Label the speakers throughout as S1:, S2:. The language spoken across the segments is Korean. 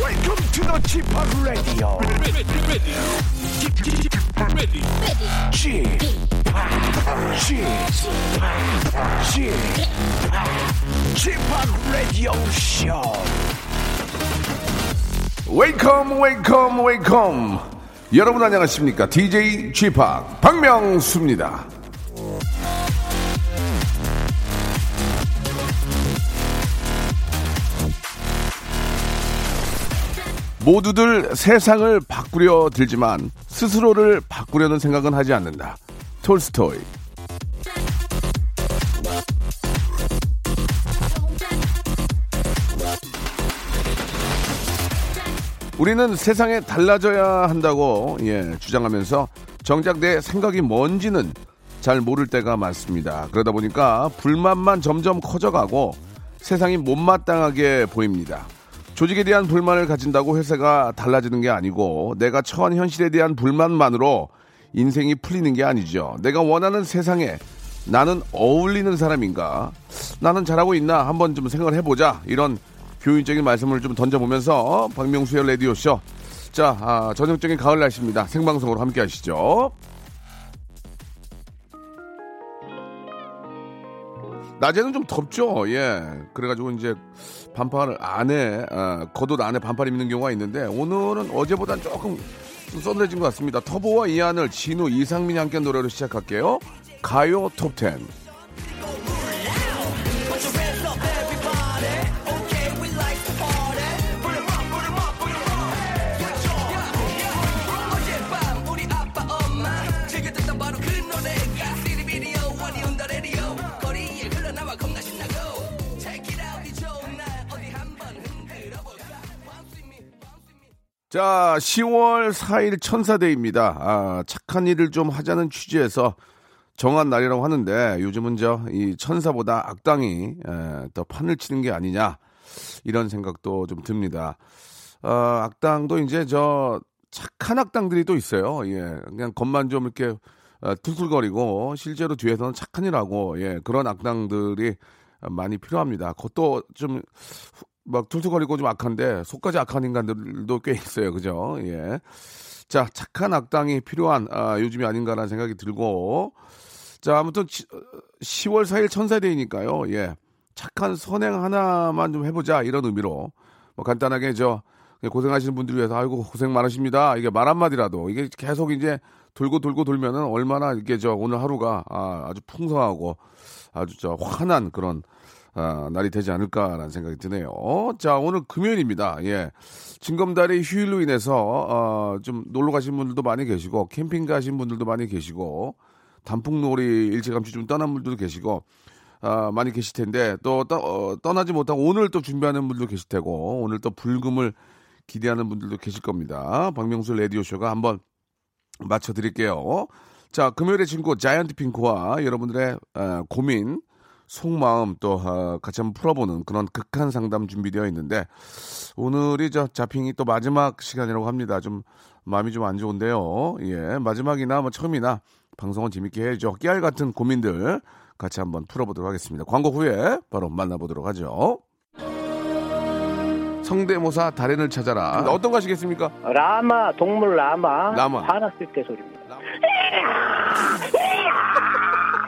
S1: Welcome to the Chip Radio.
S2: ready, ready, ready,
S1: Chip, Chip, Chip, Radio Show.
S3: 웨이컴 웨이컴 웨이컴 여러분 안녕하십니까 DJ g 파 박명수입니다 모두들 세상을 바꾸려 들지만 스스로를 바꾸려는 생각은 하지 않는다 톨스토이 우리는 세상에 달라져야 한다고 예, 주장하면서 정작 내 생각이 뭔지는 잘 모를 때가 많습니다. 그러다 보니까 불만만 점점 커져가고 세상이 못마땅하게 보입니다. 조직에 대한 불만을 가진다고 회사가 달라지는 게 아니고 내가 처한 현실에 대한 불만만으로 인생이 풀리는 게 아니죠. 내가 원하는 세상에 나는 어울리는 사람인가? 나는 잘하고 있나? 한번 좀 생각을 해보자. 이런 교훈적인 말씀을 좀 던져보면서 박명수의 라디오쇼. 자, 아, 전형적인 가을 날씨입니다. 생방송으로 함께 하시죠. 낮에는 좀 덥죠. 예. 그래가지고 이제 반팔 안에, 아, 겉옷 안에 반팔 입는 경우가 있는데 오늘은 어제보단 조금 좀 썬해진 것 같습니다. 터보와 이한을 진우, 이상민이 함께 노래로 시작할게요. 가요 톱10. 자, 10월 4일 천사데이입니다. 아, 착한 일을 좀 하자는 취지에서 정한 날이라고 하는데 요즘은 저 이 천사보다 악당이 에, 더 판을 치는 게 아니냐 이런 생각도 좀 듭니다. 아, 악당도 이제 저 착한 악당들이 또 있어요. 예, 그냥 겉만 좀 이렇게 어, 툴툴거리고 실제로 뒤에서는 착한 일하고 예, 그런 악당들이 많이 필요합니다. 그것도 좀 막 툴툴거리고 좀 악한데 속까지 악한 인간들도 꽤 있어요. 그죠? 예. 자, 착한 악당이 필요한 아, 요즘이 아닌가라는 생각이 들고 자, 아무튼 치- 어, 10월 4일 천사데이니까요. 예. 착한 선행 하나만 좀 해보자 이런 의미로 뭐 간단하게 저 고생하시는 분들 위해서 아이고 고생 많으십니다. 이게 말 한마디라도 이게 계속 이제 돌고 돌고 돌면은 얼마나 이게 저 오늘 하루가 아, 아주 풍성하고 아주 저 환한 그런 아, 날이 되지 않을까라는 생각이 드네요. 자, 오늘 금요일입니다. 예. 징검다리 휴일로 인해서 어, 좀 놀러 가신 분들도 많이 계시고 캠핑 가신 분들도 많이 계시고 단풍놀이 일찌감치 좀 떠난 분들도 계시고 아, 많이 계실 텐데 또 떠, 나지 못하고 오늘 또 준비하는 분들도 계실 테고 오늘 또 불금을 기대하는 분들도 계실 겁니다. 박명수 라디오 쇼가 한번 맞춰 드릴게요. 자, 금요일의 친구 자이언트 핑크와 여러분들의 어, 고민 속마음 또 어, 같이 한번 풀어보는 그런 극한 상담 준비되어 있는데 오늘이 저 자핑이 또 마지막 시간이라고 합니다. 좀 마음이 좀 안 좋은데요. 예, 마지막이나 뭐 처음이나 방송은 재밌게 해야죠. 깨알 같은 고민들 같이 한번 풀어보도록 하겠습니다. 광고 후에 바로 만나보도록 하죠. 성대모사 달인을 찾아라. 어떤 거 하시겠습니까?
S4: 라마 동물 라마
S3: 라마.
S4: 화났을 때 소리입니다.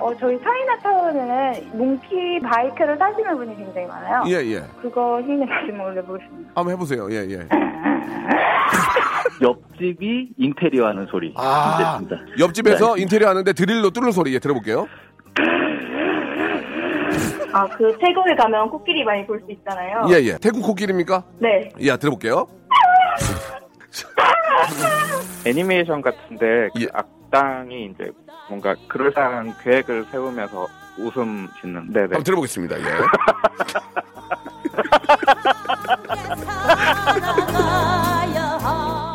S5: 어, 저희 차이나타운에는 몽키 바이크를 타시는 분이 굉장히 많아요.
S3: 예, 예.
S5: 그거 힘내서 올려보겠습니다.
S3: 한번 해보세요. 예, 예.
S6: 옆집이 인테리어 하는 소리.
S3: 아,
S6: 됐습니다.
S3: 옆집에서 인테리어 하는데 드릴로 뚫는 소리. 예, 들어볼게요.
S5: 아, 그 태국에 가면 코끼리 많이 볼 수
S6: 어.
S5: 있잖아요.
S3: 예, 예. 태국 코끼리입니까?
S5: 네.
S3: 예, 들어볼게요.
S7: 애니메이션 같은데 그
S3: 예.
S7: 악당이 이제 뭔가 그럴싸한 계획을 세우면서 웃음 짓는. 네네.
S3: 한번 들어보겠습니다. 예.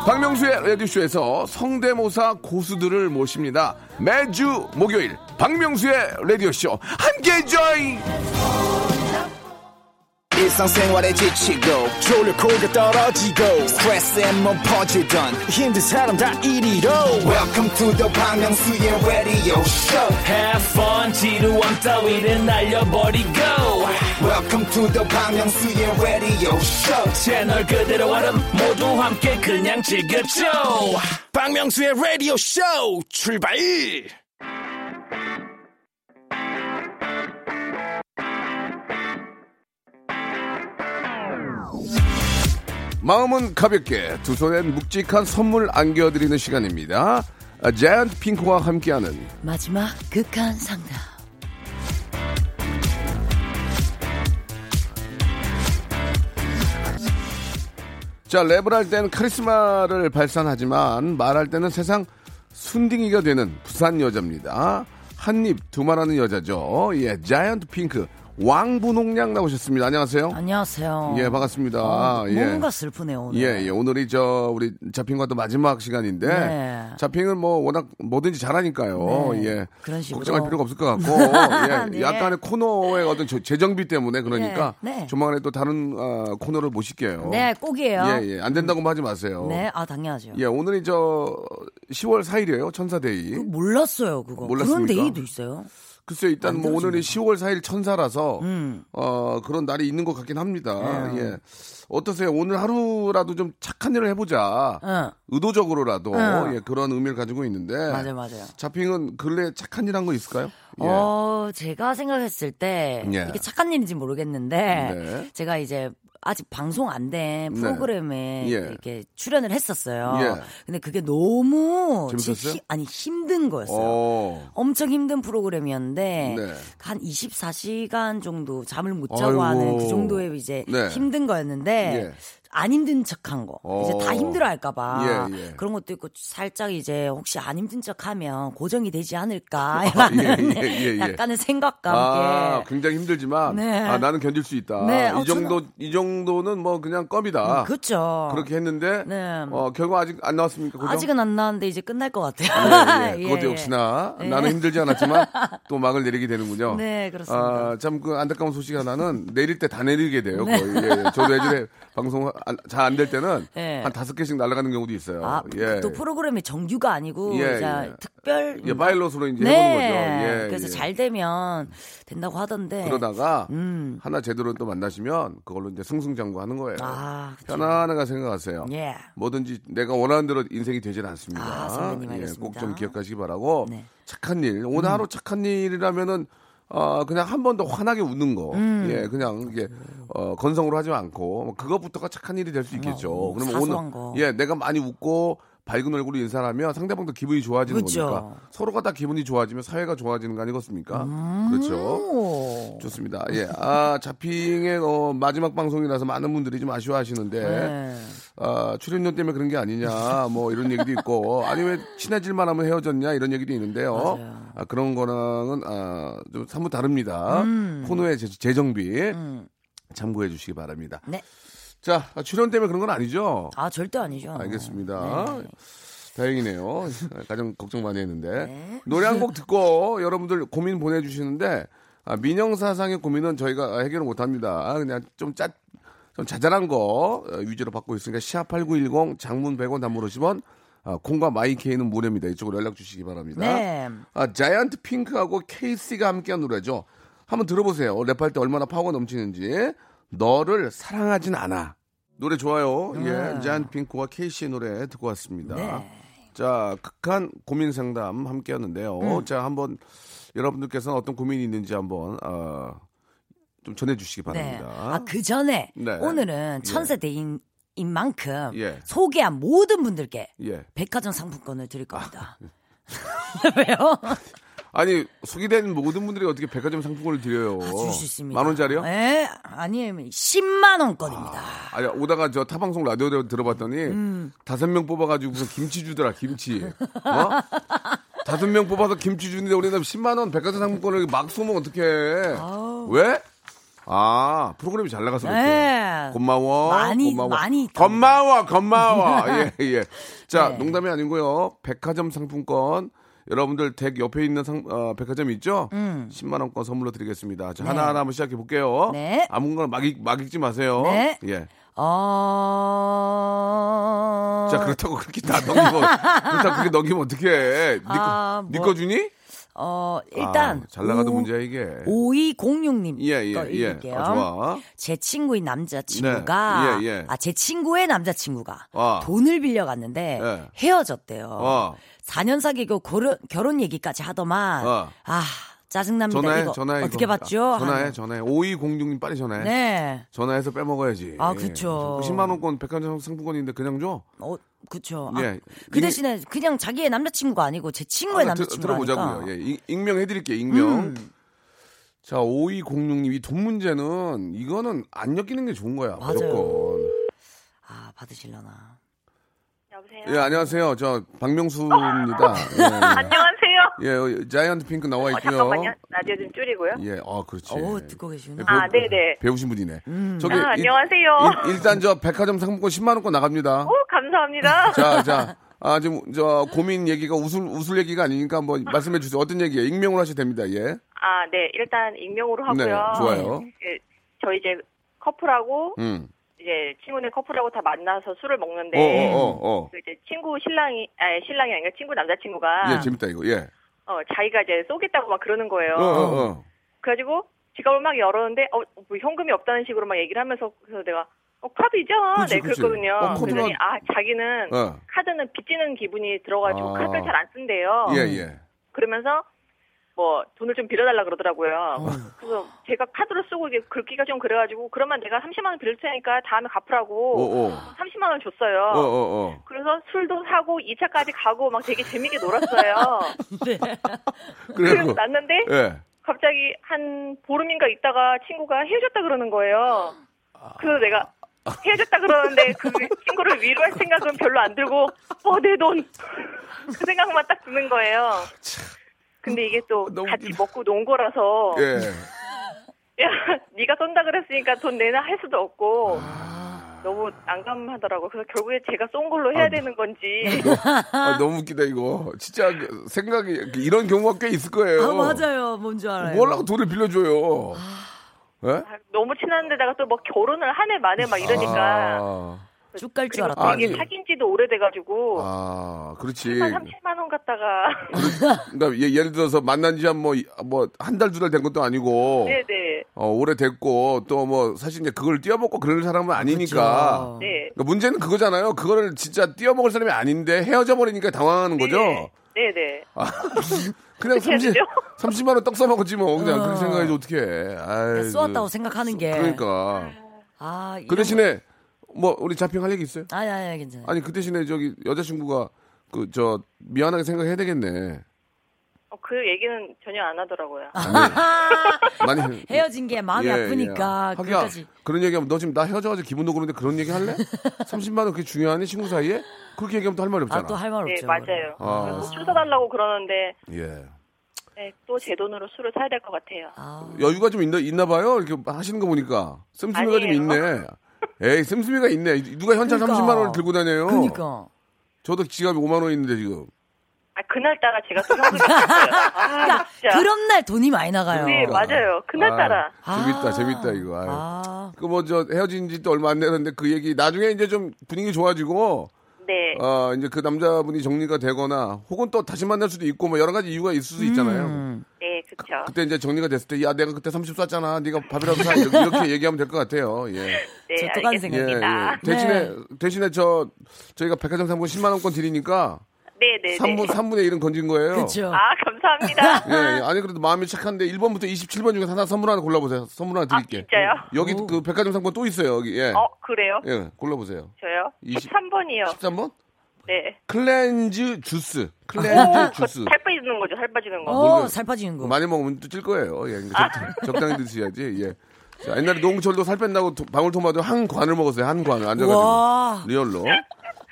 S3: 박명수의 라디오쇼에서 성대모사 고수들을 모십니다. 매주 목요일 박명수의 라디오쇼 함께 join!
S8: 일상생활에 지치고, 졸려 코가 떨어지고, 스트레스에 몸 퍼지던, 힘든 사람 다 이리로. welcome to the Bang Myung-soo's radio show
S9: Have fun 지루함 따위를 날려버리고
S8: welcome to the Bang Myung-soo's radio show
S9: 채널 그대로 얼음 모두 함께 그냥 즐겨줘
S8: 박명수의 라디오 쇼 출발!
S3: 마음은 가볍게 두 손엔 묵직한 선물 안겨드리는 시간입니다. 아, 자이언트 핑크와 함께하는
S10: 마지막 극한 상담.
S3: 자 랩을 할 때는 카리스마를 발산하지만 말할 때는 세상 순딩이가 되는 부산 여자입니다. 한입 두말하는 여자죠. 예, 자이언트 핑크 왕분홍양 나오셨습니다. 안녕하세요.
S10: 안녕하세요.
S3: 예, 반갑습니다.
S10: 어,
S3: 예.
S10: 뭔가 슬프네요 오늘.
S3: 예, 예. 오늘이 저 우리 자핑과 또 마지막 시간인데
S10: 네.
S3: 자핑은 뭐 워낙 뭐든지 잘하니까요.
S10: 네.
S3: 예.
S10: 그런 식으로.
S3: 걱정할 필요가 없을 것 같고 예.
S10: 네.
S3: 약간의 코너의 어떤 저- 재정비 때문에 그러니까
S10: 네, 네.
S3: 조만간에 또 다른 어, 코너를 모실게요.
S10: 네, 꼭이에요.
S3: 예, 예. 안 된다고 하지 마세요.
S10: 네, 아 당연하죠.
S3: 예, 오늘이 저 10월 4일이에요. 천사데이.
S10: 그거 몰랐어요 그거.
S3: 몰랐습니까?
S10: 그런 데이도 있어요.
S3: 글쎄 일단 뭐 오늘이 10월 4일 천사라서
S10: 음. 네.
S3: 어 그런 날이 있는 것 같긴 합니다. 예. 어떠세요? 오늘 하루라도 좀 착한 일을 해보자.
S10: 응,
S3: 의도적으로라도
S10: 응.
S3: 예, 그런 의미를 가지고 있는데
S10: 맞아요, 맞아요.
S3: 자핑은 근래 착한 일 한 거 있을까요? 네. 예.
S10: 어, 제가 생각했을 때
S3: 예.
S10: 이게 착한 일인지 모르겠는데
S3: 네.
S10: 제가 이제 아직 방송 안 된
S3: 네.
S10: 프로그램에
S3: 예.
S10: 이렇게 출연을 했었어요.
S3: 예.
S10: 근데 그게 너무 제
S3: 재밌었어요?
S10: 히- 아니 힘든 거였어요.
S3: 어.
S10: 엄청 힘든 프로그램이었는데
S3: 네.
S10: 한 24시간 정도 잠을 못
S3: 아이고.
S10: 자고 하는 그 정도의 이제
S3: 네.
S10: 힘든 거였는데
S3: 예.
S10: 안 힘든 척한 거
S3: 어.
S10: 이제 다 힘들어할까봐
S3: 예, 예.
S10: 그런 것도 있고 살짝 이제 혹시 안 힘든 척하면 고정이 되지 않을까
S3: 예,
S10: 라는
S3: 예, 예, 예.
S10: 약간의 생각과
S3: 아,
S10: 함께
S3: 굉장히 힘들지만
S10: 네.
S3: 아, 나는 견딜 수 있다.
S10: 네,
S3: 이
S10: 어,
S3: 정도 이 정도는 뭐 그냥 껌이다.
S10: 그렇죠.
S3: 렇게 했는데
S10: 네.
S3: 어, 결과 아직 안 나왔습니까? 그죠?
S10: 아직은 안 나왔는데 이제 끝날 것
S3: 예,
S10: 같아요.
S3: 예.
S10: 예,
S3: 그것도
S10: 예.
S3: 역시나
S10: 예.
S3: 나는 힘들지 않았지만 또 막을 내리게 되는군요.
S10: 네, 그렇습니다.
S3: 아, 참 그 안타까운 소식 하나는 내릴 때 다 내리게 돼요.
S10: 네.
S3: 거의. 예, 저도 예전에 방송 잘 안 될 때는
S10: 예.
S3: 한 다섯 개씩 날아가는 경우도 있어요.
S10: 아, 또 프로그램이 정규가 아니고
S3: 예,
S10: 이제
S3: 예.
S10: 특별
S3: 예, 파일럿으로 이제 해보는 거죠.
S10: 음. 네.
S3: 예,
S10: 그래서
S3: 예.
S10: 잘 되면 된다고 하던데.
S3: 그러다가
S10: 음.
S3: 하나 제대로 또 만나시면 그걸로 이제 승승장구하는 거예요.
S10: 아, 그쵸.
S3: 편안하게 생각하세요.
S10: 예.
S3: 뭐든지 내가 원하는 대로 인생이 되질 않습니다. 예,
S10: 아, 선배님 알겠습니다.
S3: 꼭 좀 기억하시기 바라고
S10: 네. 음.
S3: 착한 일 오늘 하루 착한 일이라면은 어, 그냥 한 번 더 환하게 웃는 거,
S10: 음.
S3: 예, 그냥 이게 어, 건성으로 하지 않고 뭐 그것부터가 착한 일이 될 수 있겠죠.
S10: 어, 사소한 거.
S3: 예, 내가 많이 웃고 밝은 얼굴로 인사를 하면 상대방도 기분이 좋아지는
S10: 그렇죠.
S3: 거니까 서로가 다 기분이 좋아지면 사회가 좋아지는 거 아니겠습니까?
S10: 음.
S3: 그렇죠.
S10: 오.
S3: 좋습니다. 예. 아, 자핑의 어, 마지막 방송이라서 많은 분들이 좀 아쉬워하시는데,
S10: 네.
S3: 아, 출연료 때문에 그런 게 아니냐, 뭐 이런 얘기도 있고, 아니 왜 친해질만 하면 헤어졌냐, 이런 얘기도 있는데요.
S10: 맞아요.
S3: 아, 그런 거랑은, 아, 좀 사뭇 다릅니다.
S10: 음.
S3: 코너의 재- 재정비 참고해 주시기 바랍니다.
S10: 네.
S3: 자, 아, 출연 때문에 그런 건 아니죠?
S10: 아 절대 아니죠. 네.
S3: 알겠습니다. 다행이네요. 가장 걱정 많이 했는데.
S10: 네.
S3: 노래 한 곡 듣고 여러분들 고민 보내주시는데, 아, 민영사상의 고민은 저희가 해결을 못 합니다. 아, 그냥 좀 짜, 좀 자잘한 거 어, 위주로 받고 있으니까 시아8910 장문 100원 단문 50원 아, 콩과 마이케이는 무료입니다. 이쪽으로 연락 주시기 바랍니다.
S10: 네.
S3: 아, 자이언트 핑크하고 케이씨가 함께한 노래죠. 한번 들어보세요. 랩할 때 얼마나 파워가 넘치는지. 너를 사랑하진 않아. 노래 좋아요. 예, 자이언트 핑크와 케이씨의 노래 듣고 왔습니다.
S10: 네.
S3: 자, 극한 고민 상담 함께하는데요.
S10: 음.
S3: 자, 한번 여러분들께서는 어떤 고민이 있는지 한번 어, 좀 전해주시기
S10: 네.
S3: 바랍니다.
S10: 아그 전에
S3: 네.
S10: 오늘은 천세 대인. 인 만큼
S3: 예.
S10: 소개한 모든 분들께
S3: 예.
S10: 백화점 상품권을 드릴 겁니다.
S3: 아,
S10: 왜요?
S3: 아니 소개된 모든 분들이 어떻게 백화점 상품권을 드려요?
S10: 아, 줄수 있습니다.
S3: 만 원짜리요?
S10: 예, 아니에요. 10만 원권입니다.
S3: 아니 오다가 저 타방송 라디오에
S10: 음.
S3: 들어봤더니 다섯 명 뽑아가지고 무슨 김치 주더라 김치. 어? 다섯 명 뽑아서 김치 주는데 우리는 10만 원 백화점 상품권을 막 쏘면 어떡해? 왜? 아 프로그램이 잘 나가서 그렇게.
S10: 네.
S3: 고마워.
S10: 많이,
S3: 고마워.
S10: 많이 있답니다.
S3: 고마워, 고마워. 예, 예. 자,
S10: 네.
S3: 농담이 아니고요. 백화점 상품권 여러분들 댁 옆에 있는 상, 어, 백화점 있죠?
S10: 음.
S3: 10만 원권 선물로 드리겠습니다. 자, 하나하나 한번 시작해 볼게요.
S10: 네.
S3: 아무거나 막, 읽, 막 읽지 마세요.
S10: 네.
S3: 예.
S10: 어.
S3: 자, 그렇다고 그렇게 다 넘기고 그렇다고 그렇게 넘기면 어떡해? 니꺼
S10: 아, 뭐.
S3: 주니?
S10: 어, 일단
S3: 아, 잘 나가도
S10: 오-
S3: 문제야 이게.
S10: 5206님
S3: 예, 예,
S10: 거
S3: 예.
S10: 읽을게요. 어.
S3: 아, 좋아.
S10: 제 친구인 남자친구가
S3: 네. 예, 예.
S10: 아, 제 친구의 남자친구가
S3: 아.
S10: 돈을 빌려갔는데
S3: 예.
S10: 헤어졌대요.
S3: 어.
S10: 음, 4년 사귀고 결혼, 결혼 얘기까지 하더만
S3: 어.
S10: 아, 짜증납니다.
S3: 전화해,
S10: 이거
S3: 전화해.
S10: 어떻게
S3: 이거.
S10: 봤죠?
S3: 아, 전화해,
S10: 하는-
S3: 전화해. 5206님 빨리 전화해.
S10: 네.
S3: 전화해서 빼먹어야지.
S10: 아, 그쵸.
S3: 10만 원권 백화점 상품권인데 그냥 줘.
S10: 어, 그쵸. 아,
S3: 예.
S10: 그
S3: 이미-
S10: 대신에 그냥 자기의 남자친구가 아니고 제 친구의
S3: 하나 드-
S10: 남자친구가
S3: 들어보자고요. 예, 익- 익명해드릴게요. 익명.
S10: 음.
S3: 자, 5206님 이 돈 문제는 이거는 안 엮이는 게 좋은 거야.
S10: 맞아요.
S3: 무조건.
S10: 아, 받으실려나.
S11: 여보세요?
S3: 예, 안녕하세요. 저 박명수입니다. 예,
S11: 안녕하세요.
S3: 예. 예, 자이언트 핑크 나와
S11: 어,
S3: 있고요.
S11: 잠깐만요. 라디오 좀 줄이고요.
S3: 예, 아 그렇지.
S10: 어, 음. 듣고 계시구나.
S11: 아, 네네.
S3: 배우신 분이네. 저기
S11: 아,
S3: 일-
S11: 안녕하세요.
S3: 일, 단저 백화점 상품권 10만 원권 나갑니다.
S11: 오, 감사합니다.
S3: 자, 자. 아, 지금 저 고민 얘기가 웃을 웃을 얘기가 아니니까 한번 말씀해 주세요. 어떤 얘기예요? 익명으로 하셔도 됩니다. 예.
S11: 아, 네. 일단 익명으로 하고요.
S3: 네, 좋아요.
S11: 예, 저 이제 커플하고
S3: 음.
S11: 이제 친구네 커플하고 다 만나서 술을 먹는데
S3: 어, 어, 어.
S11: 그 이제 친구 신랑이 아니 신랑이 아니라 친구 남자친구가
S3: 예, 재밌다 이거. 예.
S11: 어, 자기가 이제 쏘겠다고 막 그러는 거예요.
S3: 어, 어, 어.
S11: 그래가지고 지갑을 막 열었는데 어, 뭐 현금이 없다는 식으로 막 얘기를 하면서 그래서 내가 어, 카드이잖아.
S3: 그치,
S11: 네,
S3: 그치.
S11: 그랬거든요.
S3: 어, 카드가-
S11: 그랬더니 아, 자기는
S3: 어.
S11: 카드는 빚지는 기분이 들어가지고
S3: 아.
S11: 카드를 잘 안 쓴대요.
S3: 예, 예.
S11: 그러면서 뭐 돈을 좀 빌려달라 그러더라고요.
S3: 어.
S11: 그래서 제가 카드로 쓰고 이게 긁기가 좀 그래가지고 그러면 내가 30만 원 빌릴 테니까 다음에
S3: 오,
S11: 갚으라고
S3: 오.
S11: 30만 원 줬어요.
S3: 어, 어, 어.
S11: 그래서 술도 사고 2차까지 가고 막 되게 재밌게 놀았어요.
S3: 그래고
S11: 그래서 났는데
S3: 예.
S11: 갑자기 한 보름인가 있다가 친구가 헤어졌다 그러는 거예요. 그래서 내가 헤어졌다 그러는데 그 친구를 위로할 생각은 별로 안 들고 어 내 돈 그 생각만 딱 드는 거예요. 근데 이게 또
S3: 너무
S11: 같이
S3: 웃기다.
S11: 먹고 논 거라서
S3: 예.
S11: 야 네가 쏜다 그랬으니까 돈 내놔 할 수도 없고
S3: 아.
S11: 너무 난감하더라고. 그래서 결국에 제가 쏜 걸로
S3: 네.
S11: 해야 되는 건지
S3: 아, 너무 웃기다 이거. 진짜 그 생각이 이런 경우가 꽤 있을 거예요. 뭐,
S10: 아, 맞아요. 뭔지 알아요.
S3: 뭐라고 돈을 빌려줘요. 예?
S11: 너무 친한데다가 또 막 결혼을 한 해 만에 막 이러니까
S3: 아,
S10: 쭉 갈
S11: 그리고
S10: 줄 알았다.
S11: 또 이게
S3: 아니. 예.
S11: 사귄지도 오래돼가지고
S3: 아, 그렇지.
S11: 3 7만 원 갖다가
S3: 그러니까 예, 예를 들어서 만난 지 한 뭐 뭐 한 달 두 달 된 것도 아니고
S11: 네네
S3: 어, 오래됐고 또 뭐 사실 이제 그걸 뛰어먹고 그런 사람은 아니니까
S10: 그렇죠.
S11: 네
S3: 그러니까 문제는 그거잖아요. 그거를 진짜 뛰어먹을 사람이 아닌데 헤어져 버리니까 당황하는 거죠.
S11: 네네
S3: 그냥
S11: 어떻게 해야
S3: 30,
S11: 되죠?
S3: 30만 원 떡 써먹었지 뭐 그냥
S10: 어.
S3: 그렇게 생각해서 어떻게 해. 아이,
S10: 쏘았다고 생각하는 게.
S3: 네, 그 그러니까
S10: 아,
S3: 그
S10: 이런
S3: 대신에 뭐 우리 자핑 할 얘기 있어요?
S10: 거- 아니, 아니, 아니, 괜찮아요.
S3: 아니 그 대신에 저기 여자친구가 그 저 미안하게 생각해야 되겠네.
S11: 어, 그 얘기는 전혀 안 하더라고요
S10: 아,
S3: 많이
S10: 헤어진 게 마음이
S3: 예,
S10: 아프니까
S3: 예. 하기야,
S10: 그까지
S3: 그런 얘기하면 너 지금 나 헤어져가지고 기분도 그런데 그런 얘기 할래? 30만 원 그게 중요하니 친구 사이에? 그렇게 얘기하면 또 할 말이 없잖아.
S10: 아, 또 할 말
S11: 네
S10: 없죠.
S11: 맞아요
S3: 아.
S11: 그래서 뭐 술 사달라고 그러는데
S3: 예.
S11: 네, 또 제 돈으로 술을 사야 될 것 같아요
S10: 아,
S3: 여유가 좀 있나, 있나 봐요. 이렇게 하시는 거 보니까 씀씀이가 좀
S11: 아니에요.
S3: 있네. 에이 씀씀이가 있네. 누가 현찰
S10: 그러니까.
S3: 30만 원을 들고 다녀요?
S10: 그러니까.
S3: 저도 지갑이 5만 원 있는데 지금.
S11: 아 그날따라 제가 또 현금이 없어요 아 진짜
S10: 그런 날 돈이 많이 나가요.
S11: 네 맞아요 그날따라
S3: 아, 재밌다
S10: 아.
S3: 재밌다 이거. 아유.
S10: 아,
S3: 그 뭐 저 헤어진 지 또 얼마 안 되는데 그 얘기 나중에 이제 좀 분위기 좋아지고
S11: 네
S3: 아, 이제 그 남자분이 정리가 되거나 혹은 또 다시 만날 수도 있고 뭐 여러 가지 이유가 있을 수 있잖아요.
S11: 네, 그쵸.
S3: 그때 이제 정리가 됐을 때 야 내가 그때 30 쐈잖아. 네가 밥이라도 사. 이렇게, 이렇게 얘기하면 될 것 같아요. 예.
S11: 네,
S10: 저 똑같은
S11: 알겠습니다.
S3: 예, 예. 대신에 대신에 저 저희가 백화점 상품 10만 원권 드리니까
S11: 네, 네,
S3: 삼
S11: 네.
S3: 3분 3분의 1은 건진 거예요.
S10: 그렇죠.
S11: 아, 감사합니다.
S3: 예, 예. 아니 그래도 마음이 착한데 1번부터 27번 중에 하나 선물 하나 골라 보세요. 선물 하나 드릴게. 요
S11: 아, 진짜요?
S3: 여기 그 백화점 상품 또 있어요. 여기. 예.
S11: 어, 그래요?
S3: 예. 골라 보세요.
S11: 저요? 어,
S3: 20.
S11: 13번이요.
S3: 13번?
S11: 네.
S3: 클렌즈 주스. 클렌즈 주스.
S11: 살 빠지는 거죠, 살 빠지는 거.
S10: 어, 살 빠지는
S11: 뭐.
S10: 거.
S3: 뭐 많이 먹으면 또 찔 거예요. 예, 그러니까
S11: 아.
S3: 적, 당히 드셔야지. 예. 자, 옛날에 농철도 살 뺀다고 도- 방울토마토 한 관을 먹었어요. 한 관을 앉아가지고
S10: 와.
S3: 리얼로.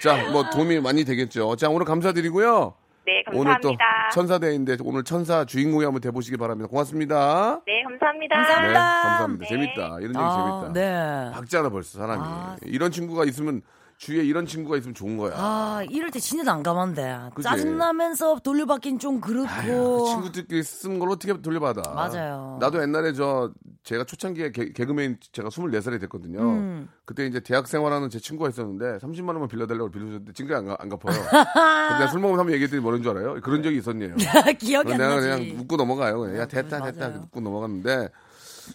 S3: 자, 뭐 도움이 많이 되겠죠. 자, 오늘 감사드리고요.
S11: 네,
S3: 오늘 또
S11: 감사합니다.
S3: 천사대인데 오늘 천사 주인공이 한번 돼보시기 바랍니다. 고맙습니다.
S11: 네, 감사합니다.
S3: 네,
S10: 감사합니다.
S3: 감사합니다.
S11: 네.
S3: 재밌다. 이런 얘기
S10: 아,
S3: 재밌다.
S10: 네.
S3: 박자라 벌써 사람이
S10: 아.
S3: 이런 친구가 있으면 주위에 이런 친구가 있으면 좋은 거야.
S10: 아, 이럴 때 진짜 난감한데.
S3: 그지?
S10: 짜증나면서 돌려받긴 좀 그렇고.
S3: 친구들끼리 쓴 걸 어떻게 돌려받아?
S10: 맞아요.
S3: 나도 옛날에 저 제가 초창기에 개, 그맨 제가 24살이 됐거든요.
S10: 음.
S3: 그때 이제 대학 생활하는 제 친구가 있었는데 30만 원만 빌려달라고 빌려줬는데 지금까지 안, 가- 안 갚아요. 근데 내가 술 먹으면서 한번 얘기했더니 뭐라는 줄 알아요? 그런 적이 있었네요.
S10: 기억이 안
S3: 내가
S10: 나지.
S3: 그냥 웃고 넘어가요. 그냥. 야 됐다
S10: 맞아요.
S3: 됐다 웃고 넘어갔는데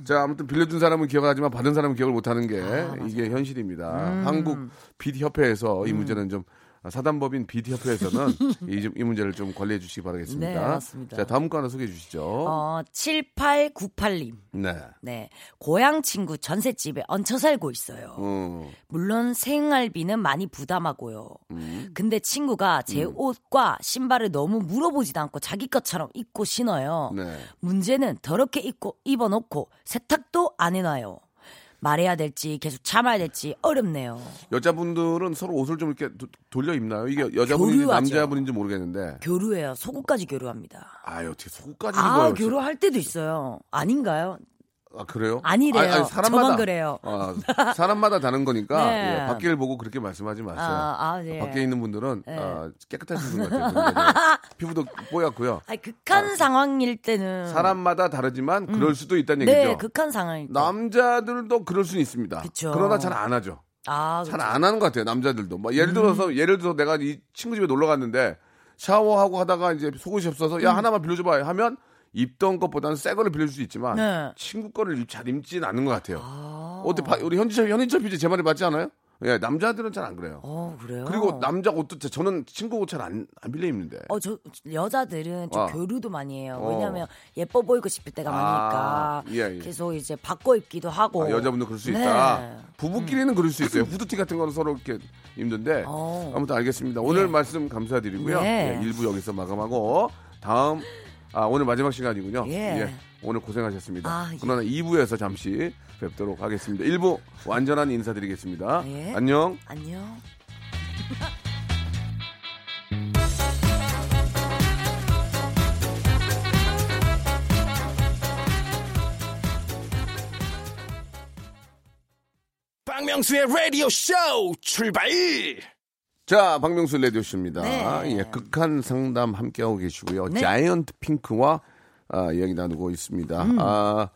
S3: 자 아무튼 빌려준 사람은 기억하지만 받은 사람은 기억을 못하는 게 이게 현실입니다.
S10: 아, 음.
S3: 한국 비디협회에서 이 문제는 좀 아, 사단법인 비디협회에서는 이, 좀- 이 문제를 좀 관리해 주시기 바라겠습니다.
S10: 네, 맞습니다.
S3: 자 다음 거 하나 소개해 주시죠.
S10: 어, 7898님.
S3: 네.
S10: 네. 고향 친구 전셋집에 얹혀 살고 있어요.
S3: 어,
S10: 물론 생활비는 많이 부담하고요.
S3: 음.
S10: 근데 친구가 제 옷과 신발을 너무 물어보지도 않고 자기 것처럼 입고 신어요.
S3: 네.
S10: 문제는 더럽게 입고 입어놓고 세탁도 안 해놔요. 말해야 될지 계속 참아야 될지 어렵네요.
S3: 여자분들은 서로 옷을 좀 이렇게 도- 돌려 입나요? 이게 여자분인지
S10: 교류하죠.
S3: 남자분인지 모르겠는데.
S10: 교류해요. 속옷까지 교류합니다.
S3: 아 어떻게 속까지
S10: 아
S3: 입어요?
S10: 교류할 때도 있어요. 아닌가요?
S3: 아 그래요?
S10: 아니래요. 저만 그래요.
S3: 아, 사람마다 다른 거니까
S10: 네.
S3: 예, 밖을 보고 그렇게 말씀하지 마세요.
S10: 아, 아, 네.
S3: 밖에 있는 분들은
S10: 네.
S3: 아, 깨끗하신 분 같아요. 정말. 피부도 뽀얗고요.
S10: 아니, 극한 상황일 때는
S3: 사람마다 다르지만 그럴 수도 있다는 얘기죠.
S10: 음. 네 극한 상황일 때.
S3: 남자들도 그럴 수는 있습니다.
S10: 그쵸.
S3: 그러나 잘 안 하죠.
S10: 아,
S3: 잘 안 하는 것 같아요. 남자들도. 막
S10: 음.
S3: 예를 들어서 예를 들어서 내가 이 친구 집에 놀러 갔는데 샤워하고 하다가 이제 속옷이 없어서 야
S10: 음.
S3: 하나만 빌려줘봐 하면 입던 것보다는 새 거를 빌려줄 수 있지만
S10: 네.
S3: 친구 거를 입- 잘 입지는 않는 것 같아요. 어때 바- 우리 현지철 현지철 피디 제 말이 맞지 않아요? 예, 남자들은 잘 안 그래요.
S10: 어 그래요.
S3: 그리고 남자 옷도 제- 저는 친구 옷 잘 안 안 빌려 입는데.
S10: 어, 저, 여자들은 좀
S3: 아.
S10: 교류도 많이 해요.
S3: 어.
S10: 왜냐면 예뻐 보이고 싶을 때가
S3: 아,
S10: 많으니까.
S3: 예, 예.
S10: 계속 이제 바꿔 입기도 하고.
S3: 아, 여자분도 그럴 수
S10: 네. 음.
S3: 있다. 부부끼리는 그럴 수 있어요. 후드티 같은 거는 서로 이렇게 힘든데
S10: 어.
S3: 아무튼 알겠습니다. 오늘 말씀 감사드리고요.
S10: 네.
S3: 예, 일부 여기서 마감하고 다음 아 오늘 마지막 시간이군요.
S10: 예.
S3: 오늘 고생하셨습니다.
S10: 아, 예.
S3: 그러나 2부에서 잠시 뵙도록 하겠습니다. 1부 완전한 인사드리겠습니다.
S10: 예.
S3: 안녕.
S10: 안녕.
S1: 박명수의 라디오 쇼 출발!
S3: 자, 박명수 레디오쇼입니다.
S1: 네.
S3: 예, 극한 상담 함께하고 계시고요.
S1: 네.
S3: 자이언트 핑크와 아, 이야기 나누고 있습니다.
S1: 음.
S3: 아,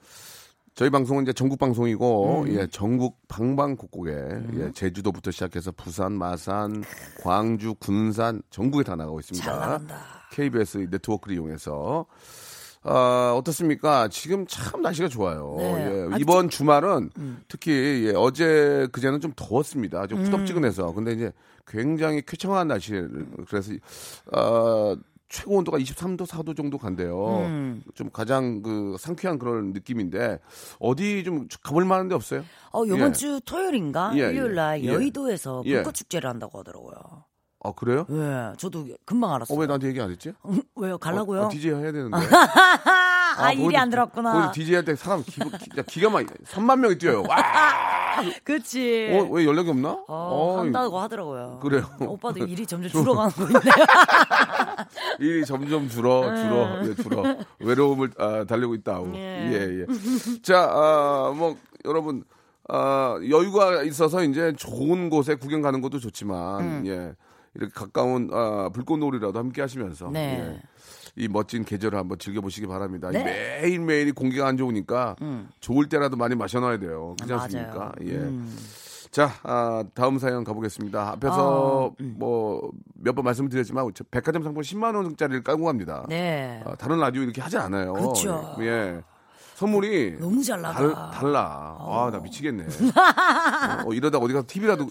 S3: 저희 방송은 이제 전국 방송이고,
S1: 음.
S3: 예, 전국 방방곡곡에, 예, 제주도부터 시작해서 부산, 마산, 광주, 군산, 전국에 다 나가고 있습니다. KBS 네트워크를 이용해서. 아, 어떻습니까? 지금 참 날씨가 좋아요.
S1: 네.
S3: 예,
S1: 아주
S3: 이번 주말은
S10: 음.
S3: 특히 예, 어제 그제는 좀 더웠습니다. 좀 후덥지근해서. 근데 이제 굉장히 쾌청한 날씨 그래서 아, 최고 온도가 23도 4도 정도 간대요.
S10: 음.
S3: 좀 가장 그 상쾌한 그런 느낌인데 어디 좀 가볼 만한 데 없어요?
S10: 어, 요번
S3: 예.
S10: 주 토요일인가?
S3: 예,
S10: 일요일 날
S3: 예.
S10: 여의도에서
S3: 예.
S10: 불꽃축제를 한다고 하더라고요.
S3: 아 그래요?
S10: 예, 저도 금방 알았어요.
S3: 어, 왜 나한테 얘기 안 했지?
S10: 음, 왜요? 갈라고요?
S3: 어, 어, DJ 해야 되는데.
S10: 아, 일이
S3: 거기서-
S10: 안 들었구나.
S3: 거기서 DJ 할 때 사람 기, 기, 기가 막 3만 명이 뛰어요. 와!
S10: 그치.
S1: 예.
S3: 어, 왜 연락이 없나?
S10: 어,
S3: 어이,
S10: 한다고 하더라고요.
S3: 그래요.
S10: 오빠도 일이 점점
S3: 좀-
S10: 줄어가는 거 있네요.
S3: 일이 점점 줄어, 줄어,
S10: 음.
S3: 예, 줄어. 외로움을 아, 달리고 있다. 아우.
S1: 예.
S3: 예, 예. 자, 아, 뭐 여러분 아, 여유가 있어서 이제 좋은 곳에 구경 가는 것도 좋지만,
S1: 음.
S3: 예. 이렇게 가까운 아, 불꽃놀이라도 함께 하시면서
S1: 네.
S3: 예. 이 멋진 계절을 한번 즐겨보시기 바랍니다.
S1: 네. 음.
S3: 매일 매일이 공기가 안 좋으니까 좋을 때라도 많이 마셔놔야 돼요. 그렇지
S1: 맞아요.
S3: 않습니까? 예.
S1: 음.
S3: 자, 아, 다음 사연 가보겠습니다. 앞에서
S1: 아,
S3: 뭐 몇 번 말씀드렸지만 저 백화점 상품 10만 원짜리를 깔고 갑니다.
S10: 네.
S3: 아, 다른 라디오 이렇게 하지 않아요.
S10: 그쵸.
S3: 예. 선물이
S10: 너무 잘 나가.
S3: 달, 라 아, 나 미치겠네. 어, 이러다 어디 가서 TV라도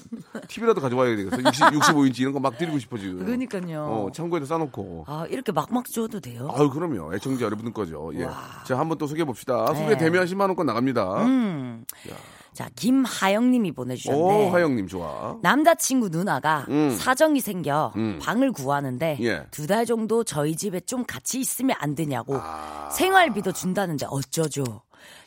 S3: TV라도 가져와야 되겠어. 60, 65인치 이런 거 막 드리고 싶어 지금.
S10: 그러니까요.
S3: 어, 창고에다 싸놓고.
S10: 아, 이렇게 막막 줘도 돼요?
S3: 아유 그럼요. 애청자 여러분 거죠. 예. 자, 한번 또 소개해 봅시다.
S10: 네.
S3: 소개되면 10만 원권 나갑니다.
S10: 음. 자, 김하영님이 보내주셨는데
S3: 오, 화영님 좋아.
S10: 남자친구 누나가
S3: 음.
S10: 사정이 생겨
S3: 음.
S10: 방을 구하는데
S3: 예.
S10: 두 달 정도 저희 집에 좀 같이 있으면 안 되냐고
S3: 아.
S10: 생활비도 준다는데 어쩌죠?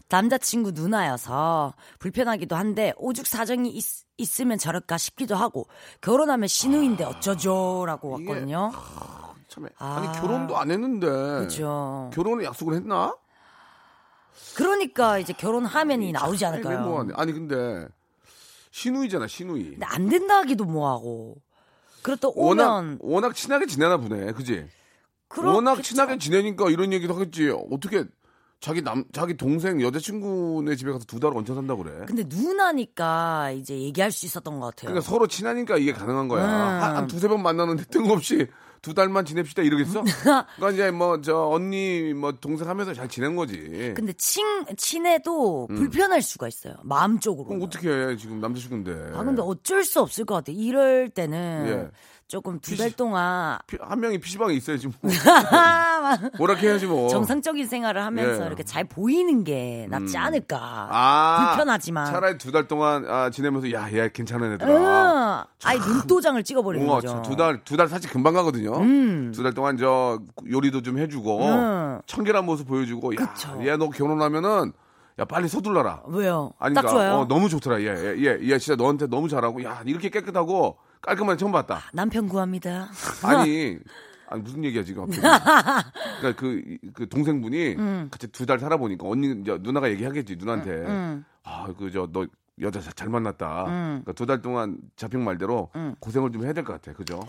S10: 남자친구 누나여서 불편하기도 한데 오죽 사정이 있, 있으면 저럴까 싶기도 하고 결혼하면 신우인데
S3: 아.
S10: 어쩌죠라고 왔거든요.
S3: 참에 아니 결혼도 안 했는데.
S10: 그죠.
S3: 결혼을 약속을 했나?
S10: 그러니까 이제 결혼하면이 나오지
S3: 뭐, 아니,
S10: 않을까요?
S3: 뭐 하네. 아니 근데 신우이잖아, 신우이.
S10: 근데 안 된다 하기도 뭐하고. 그렇다 오면
S3: 워낙 워낙 친하게 지내나 보네, 그지?
S10: 그렇겠죠.
S3: 워낙 친하게 지내니까 이런 얘기도 하겠지. 어떻게 자기 남 자기 동생 여자친구네 집에 가서 두 달 얹혀 산다 그래?
S10: 근데 누나니까 이제 얘기할 수 있었던 것 같아요.
S3: 그러니까 서로 친하니까 이게 가능한 거야.
S10: 음.
S3: 한, 한 두세 번 만나는데 뜬금없이 두 달만 지냅시다 이러겠어? 그러니까 이제 뭐 저 언니 뭐 동생 하면서 잘 지낸 거지.
S10: 근데 친 친해도 불편할 수가 있어요. 마음 쪽으로.
S3: 음. 그럼 어떻게 해 지금 남자친구인데?
S10: 아 근데 어쩔 수 없을 것 같아. 이럴 때는
S3: 예.
S10: 조금 두 달 동안 아,
S3: 피- 한 명이 피시방에 있어야지 뭐. 뭐라게 해야지 뭐.
S10: 정상적인 생활을 하면서
S3: 예.
S10: 이렇게 잘 보이는 게 낫지
S3: 음.
S10: 않을까.
S3: 아,
S10: 불편하지만.
S3: 차라리 두 달 동안 아, 지내면서 야, 얘 괜찮은 애들아.
S10: 응. 아니 눈도장을 찍어버리는 거죠.
S3: 두달 두 달 사실 금방 가거든요. 두 달 동안 저 요리도 좀 해주고
S10: 음.
S3: 청결한 모습 보여주고 야, 얘 너 결혼하면은 야 빨리 서둘러라.
S10: 왜요?
S3: 아니
S10: 딱 좋아요.
S3: 어, 너무 좋더라. 얘, 얘, 얘, 얘 진짜 너한테 너무 잘하고 야 이렇게 깨끗하고 깔끔한 애 처음 봤다.
S10: 남편 구합니다.
S3: 아니, 아니 무슨 얘기야 지금? 갑자기. 그러니까 그, 그 동생분이
S10: 음.
S3: 같이 두 달 살아보니까 언니 이제 누나가 얘기하겠지 누나한테
S10: 음.
S3: 아 그 저 너 여자 자- 잘 만났다.
S10: 음.
S3: 그러니까 두 달 동안 잡힌 말대로 고생을 좀 해야 될 것 같아. 그죠?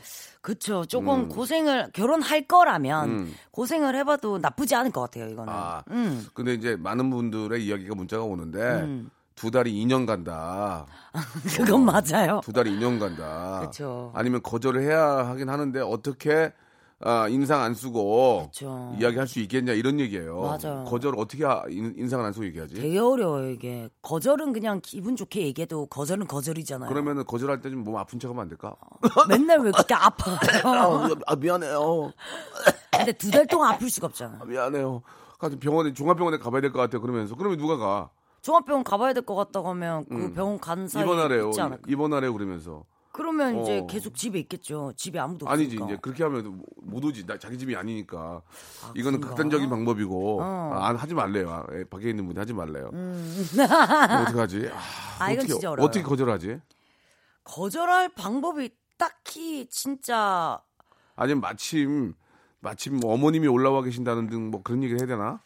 S10: 그쵸. 조금
S3: 음.
S10: 고생을 결혼할 거라면
S3: 음.
S10: 고생을 해봐도 나쁘지 않을 것 같아요. 이거는.
S3: 아,
S10: 음.
S3: 근데 이제 많은 분들의 이야기가 문자가 오는데
S10: 음.
S3: 두 달이 2년 간다.
S10: 그건 맞아요.
S3: 두 달이 2년 간다.
S10: 그쵸.
S3: 아니면 거절을 해야 하긴 하는데 어떻게 아, 인상 안 쓰고
S10: 그쵸.
S3: 이야기할 수 있겠냐 이런 얘기예요.
S10: 맞아요.
S3: 거절 어떻게 하- 인, 인상을 안 쓰고 얘기하지?
S10: 되게 어려워요 이게. 거절은 그냥 기분 좋게 얘기해도 거절은 거절이잖아요.
S3: 그러면은 거절할 때 좀 몸 아픈 척하면 안 될까?
S10: 맨날 왜 그렇게 아파요?
S3: 아 미안해요.
S10: 근데 두 달 동안 아플 수가 없잖아.
S3: 아, 미안해요. 같은 병원에 종합병원에 가봐야 될 것 같아요. 그러면서 그러면 누가 가?
S10: 종합병원 가봐야 될 것 같다고 하면 그
S3: 음.
S10: 병원 간 사이
S3: 입원하래요.
S10: 있지 않을까?
S3: 입원하래요. 그러면서
S10: 그러면 이제
S3: 어.
S10: 계속 집에 있겠죠. 집에 아무도 없으니까.
S3: 아니지 이제 그렇게 하면 못 오지. 나 자기 집이 아니니까 이거는
S10: 그런가?
S3: 극단적인 방법이고
S10: 어.
S3: 아, 안 하지 말래요. 아, 예, 밖에 있는 분들 하지 말래요.
S10: 음.
S3: 어떻게 하지?
S10: 아, 이건 진짜 어려워요.
S3: 어떻게 거절하지?
S10: 거절할 방법이 딱히 진짜
S3: 아니면 마침 마침 뭐 어머님이 올라와 계신다는 등 뭐 그런 얘기를 해야 되나?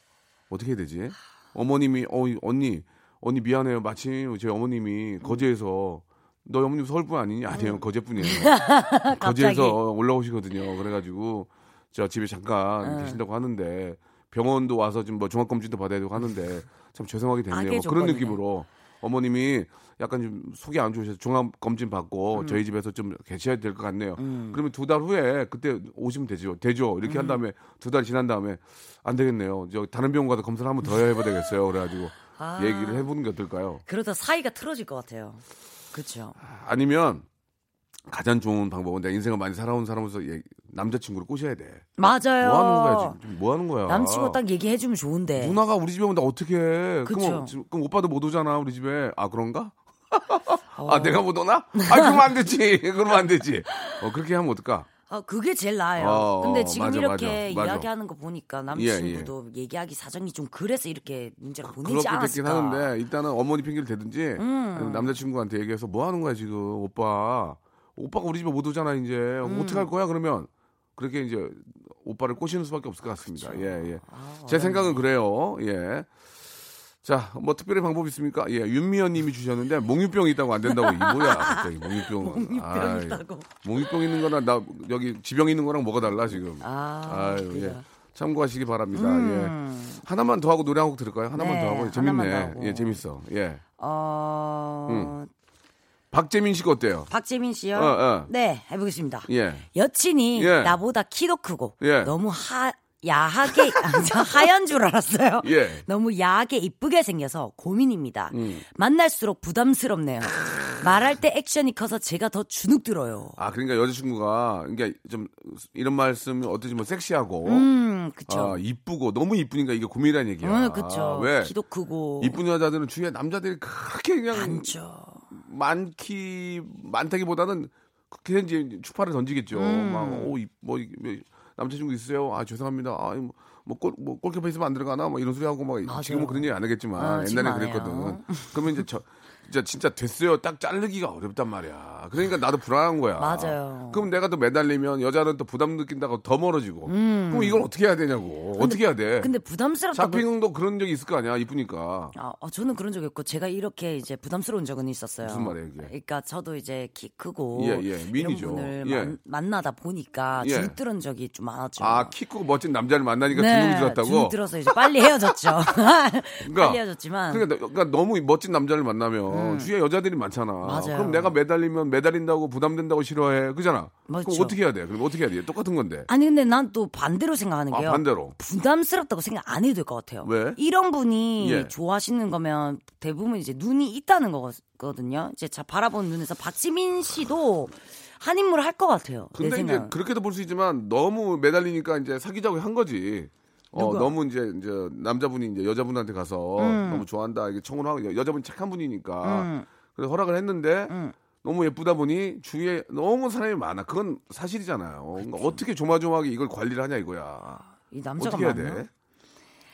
S3: 어떻게 해야 되지? 어머님이 어 언니 언니 미안해요. 마침 제 어머님이 거제에서 너 어머님 서울분 아니니?
S10: 음.
S3: 아니에요. 거제분이에요. 거제에서 올라오시거든요. 그래가지고 저 집에 잠깐
S10: 응.
S3: 계신다고 하는데 병원도 와서 좀 뭐 종합검진도 받아야 되고 하는데 참 죄송하게 됐네요.
S10: 악의
S3: 뭐 그런
S10: 조건이네.
S3: 느낌으로 어머님이 약간 좀 속이 안 좋으셔서 종합검진 받고
S10: 음.
S3: 저희 집에서 좀 계셔야 될 것 같네요. 그러면 두 달 후에 그때 오시면 되죠. 되죠. 이렇게 한 다음에 두 달 지난 다음에 안 되겠네요. 저 다른 병원 가서 검사를 한번 더 해봐야 되겠어요. 그래가지고
S10: 아.
S3: 얘기를 해보는 게 어떨까요?
S10: 그러다 사이가 틀어질 것 같아요. 그렇죠.
S3: 아니면 가장 좋은 방법은 내가 인생을 많이 살아온 사람으로서 얘- 남자친구를 꼬셔야 돼.
S10: 맞아요.
S3: 뭐 하는 거야 지금? 지금? 뭐 하는 거야?
S10: 남친구 딱 얘기해주면 좋은데.
S3: 누나가 우리 집에 온다 어떻게 해?
S10: 그쵸.
S3: 그럼, 지금- 그럼 오빠도 못 오잖아 우리 집에. 아 그런가?
S10: 어.
S3: 아 내가 못 오나? 아 그러면 안 되지. 그러면 안 되지. 어 그렇게 하면 어떨까?
S10: 아, 그게 제일 나아요.
S3: 어,
S10: 근데 지금
S3: 맞아,
S10: 이렇게
S3: 맞아, 맞아.
S10: 이야기하는 거 보니까 남친구도 얘기하기 사정이 좀 그래서 이렇게 문제를 보내지
S3: 그렇게 됐긴
S10: 않았을까.
S3: 하는데 일단은 어머니 핑계를 대든지
S10: 음.
S3: 아니면 남자친구한테 얘기해서 뭐 하는 거야 지금 오빠 오빠가 우리 집에 못 오잖아 이제
S10: 음.
S3: 어떻게 할 거야 그러면 그렇게 이제 오빠를 꼬시는 수밖에 없을 것 같습니다
S10: 그렇죠.
S3: 예예
S10: 아, 어.
S3: 제 생각은 그래요 예. 자, 뭐 특별히 방법 이 있습니까? 예, 윤미연님이 주셨는데 몽유병 있다고 안 된다고 이 뭐야 갑자기 몽유병. 몽유병
S10: 있다고.
S3: 몽유병 있는 거랑 나 여기 지병 있는 거랑 뭐가 달라 지금?
S10: 아,
S3: 아유,
S10: 그래요.
S3: 예. 참고하시기 바랍니다.
S10: 음.
S3: 예. 하나만 더 하고 노래 한 곡 들을까요? 하나만
S10: 네,
S3: 더 하고
S10: 하나만
S3: 재밌네.
S10: 더 하고.
S3: 예, 재밌어. 예.
S10: 어,
S3: 음. 박재민 씨가 어때요?
S10: 박재민 씨요?
S3: 어, 어.
S10: 네, 해보겠습니다.
S3: 예.
S10: 여친이
S3: 예.
S10: 나보다 키도 크고
S3: 예.
S10: 너무 하, 야하게, 아, 저 하얀 줄 알았어요.
S3: 예.
S10: 너무 야하게 이쁘게 생겨서 고민입니다.
S3: 음.
S10: 만날수록 부담스럽네요. 말할 때 액션이 커서 제가 더 주눅 들어요.
S3: 아, 그러니까 여자친구가 그러니까 좀 이런 말씀 어떻게 뭐 섹시하고
S10: 음, 그쵸.
S3: 아, 이쁘고 너무 이쁘니까 이게 고민이라는 얘기야. 아,
S10: 음, 그쵸.
S3: 왜?
S10: 키도 크고.
S3: 이쁜 여자들은 주위에 남자들이 그렇게 그냥 많기 많다기보다는 그렇게 이제 추파를 던지겠죠.
S10: 음.
S3: 막오뭐 남자친구 있으세요? 아 죄송합니다. 아뭐뭐 골키퍼 있으면 안 들어가나? 뭐 이런 소리 하고 막
S10: 맞아요.
S3: 지금은 그런 얘기 안 하겠지만
S10: 아, 지금
S3: 옛날에
S10: 안 해요.
S3: 그랬거든. 그러면 이제 저 진짜 진짜 됐어요. 딱 자르기가 어렵단 말이야. 그러니까 나도 불안한 거야.
S10: 맞아요.
S3: 그럼 내가 또 매달리면 여자는 또 부담 느낀다고 더 멀어지고. 그럼 이걸 어떻게 해야 되냐고. 어떻게 해야 돼?
S10: 음. 근데 부담스럽다고.
S3: 네. 잡핑도 그런 적이 있을 거 아니야. 이쁘니까.
S10: 아, 어, 저는 그런 적이 없고 제가 이렇게 이제 부담스러운 적은 있었어요.
S3: 무슨 말이에요, 이게?
S10: 그러니까 저도 이제 키 크고
S3: 예, 예, 미인이죠.
S10: 이런 분을
S3: 예.
S10: 만, 만나다 보니까
S3: 예.
S10: 줄들은 적이 좀 많았죠.
S3: 아, 키 크고 멋진 남자를 만나니까 주눅이 들었다고?
S10: 주눅 네, 들어서 이제 빨리 헤어졌죠. 빨리 헤어졌지만 음.
S3: 그러니까, 너- 그러니까 너무 멋진 남자를 만나면 주위에 여자들이 많잖아.
S10: 맞아요.
S3: 그럼 내가 매달리면 매달린다고 부담된다고 싫어해. 그잖아.
S10: 맞죠.
S3: 그럼 어떻게 해야 돼? 그럼 어떻게 해야 돼? 똑같은 건데.
S10: 그렇죠. 아니 근데 난 또 반대로 생각하는
S3: 아,
S10: 게요.
S3: 반대로.
S10: 부담스럽다고 생각 안 해도 될 것 같아요.
S3: 왜?
S10: 이런 분이
S3: 예.
S10: 좋아하시는 거면 대부분 이제 눈이 있다는 거거든요. 이제 자 바라본 눈에서 박지민 씨도 한 인물 할 것 같아요. 내
S3: 근데 이제
S10: 생각.
S3: 그렇게도 볼 수 있지만 너무 매달리니까 이제 사귀자고 한 거지. 어,
S10: 누가?
S3: 너무 이제 이제 남자분이 이제 여자분한테 가서 너무 좋아한다 이게 청혼을 하고 여자분 착한 분이니까
S10: 음.
S3: 그래서 허락을 했는데 너무 예쁘다 보니 주위에 너무 사람이 많아. 그건 사실이잖아요. 그러니까 어떻게 조마조마하게 이걸 관리를 하냐 이거야.
S10: 이 남자가
S3: 어떻게 해야
S10: 맞나?
S3: 돼?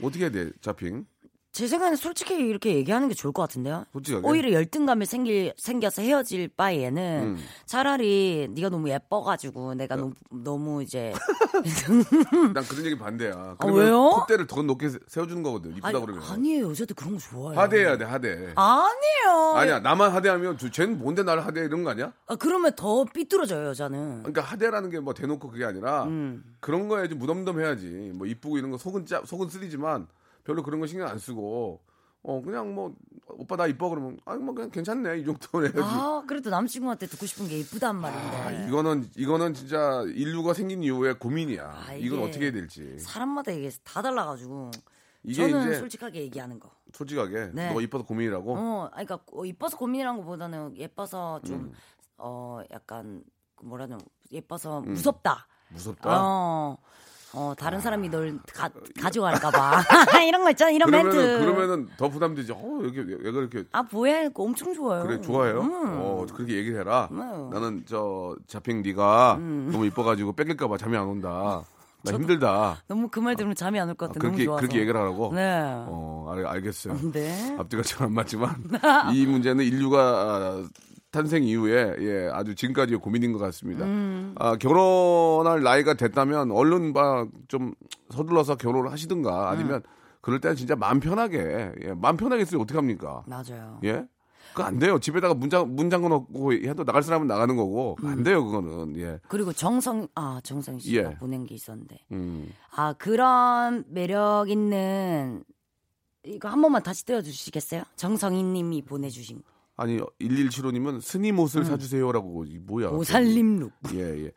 S3: 어떻게 해야 돼? 자핑.
S10: 제 생각에는 솔직히 이렇게 얘기하는 게 좋을 것 같은데요.
S3: 솔직하게?
S10: 오히려 열등감이 생길 생겨서 헤어질
S3: 음.
S10: 바에는 차라리 네가 너무 예뻐가지고 내가 너무 너무 이제
S3: 난 그런 얘기 반대야.
S10: 음. 아, 왜요?
S3: 콧대를 더 높게 세- 세워주는 거거든. 이쁘다
S10: 아니,
S3: 그러면.
S10: 아니에요 여자들 그런 거 좋아해요. 네.
S3: 하대해야 돼, 하대.
S10: 아니에요.
S3: 아니야, 나만 하대하면 저- 쟤는 뭔데 나를 하대 이런 거 아니야?
S10: 아, 그러면 더 삐뚤어져요 여자는.
S3: 그러니까 하대라는 게 뭐 대놓고 그게 아니라
S10: 음.
S3: 그런 거에 좀 무덤덤해야지. 뭐 이쁘고 이런 거 속은 짜, 속은 쓰리지만 별로 그런 거 신경 안 쓰고 어 그냥 뭐 오빠 나 이뻐 그러면 아니 뭐 그냥 괜찮네 이 정도는 해야지.
S10: 아 네. 그래도 남친구한테 듣고 싶은 게 이쁘단 말인데.
S3: 아, 이거는 이거는 진짜 인류가 생긴 이후에 고민이야.
S10: 아,
S3: 이건
S10: 이게
S3: 어떻게 해야 될지.
S10: 사람마다 이게 다 달라가지고.
S3: 이게
S10: 저는
S3: 이제
S10: 솔직하게 얘기하는 거.
S3: 솔직하게
S10: 네.
S3: 너가 이뻐서 고민이라고.
S10: 어, 아니, 그러니까 어, 이뻐서 고민이란 것보다는 예뻐서 좀
S3: 음.
S10: 어, 약간 그 뭐라 하냐 예뻐서
S3: 음.
S10: 무섭다.
S3: 무섭다.
S10: 어. 어, 다른 사람이 널 가, 가져갈까봐. 이런 거 있잖아, 이런
S3: 아, 그러면은
S10: 멘트.
S3: 그러면은 더 부담되지. 어, 여기 왜, 왜 그렇게
S10: 아, 뭐야, 이거 엄청 좋아요.
S3: 그래 좋아해요?
S10: 음.
S3: 어, 그렇게 얘기를 해라.
S10: 음.
S3: 나는 저 자핑 네가 너무 이뻐가지고 뺏길까 봐 잠이 안 온다. 나 힘들다.
S10: 너무 그 말 들으면 잠이 안 올 것 같아. 너무
S3: 그렇게
S10: 좋아서.
S3: 그렇게 얘기를 하라고.
S10: 네.
S3: 어, 아. 알, 알겠어요.
S10: 네.
S3: 앞뒤가 잘 안 맞지만 이 문제는 인류가 아, 탄생 이후에 예, 아주 지금까지의 고민인 것 같습니다.
S10: 음.
S3: 아, 결혼할 나이가 됐다면 얼른 막좀 서둘러서 결혼을 하시든가 아니면
S10: 음.
S3: 그럴 때는 진짜 마음 편하게 예, 마음 편하게 쓰면 어떡합니까?
S10: 맞아요.
S3: 예? 그거 안 돼요. 집에다가 문장, 문장고 넣고 해도 나갈 사람은 나가는 거고.
S10: 음.
S3: 안 돼요, 그거는. 예.
S10: 그리고 정성 아 정성 씨가
S3: 예.
S10: 보낸 게 있었는데
S3: 음.
S10: 아 그런 매력 있는 이거 한 번만 다시 띄워주시겠어요? 정성희님이
S3: 어,
S10: 보내주신
S3: 아니, 1175님은 스님 옷을 사주세요라고. 이 뭐야.
S10: 음. 오살림룩
S3: 예, 예.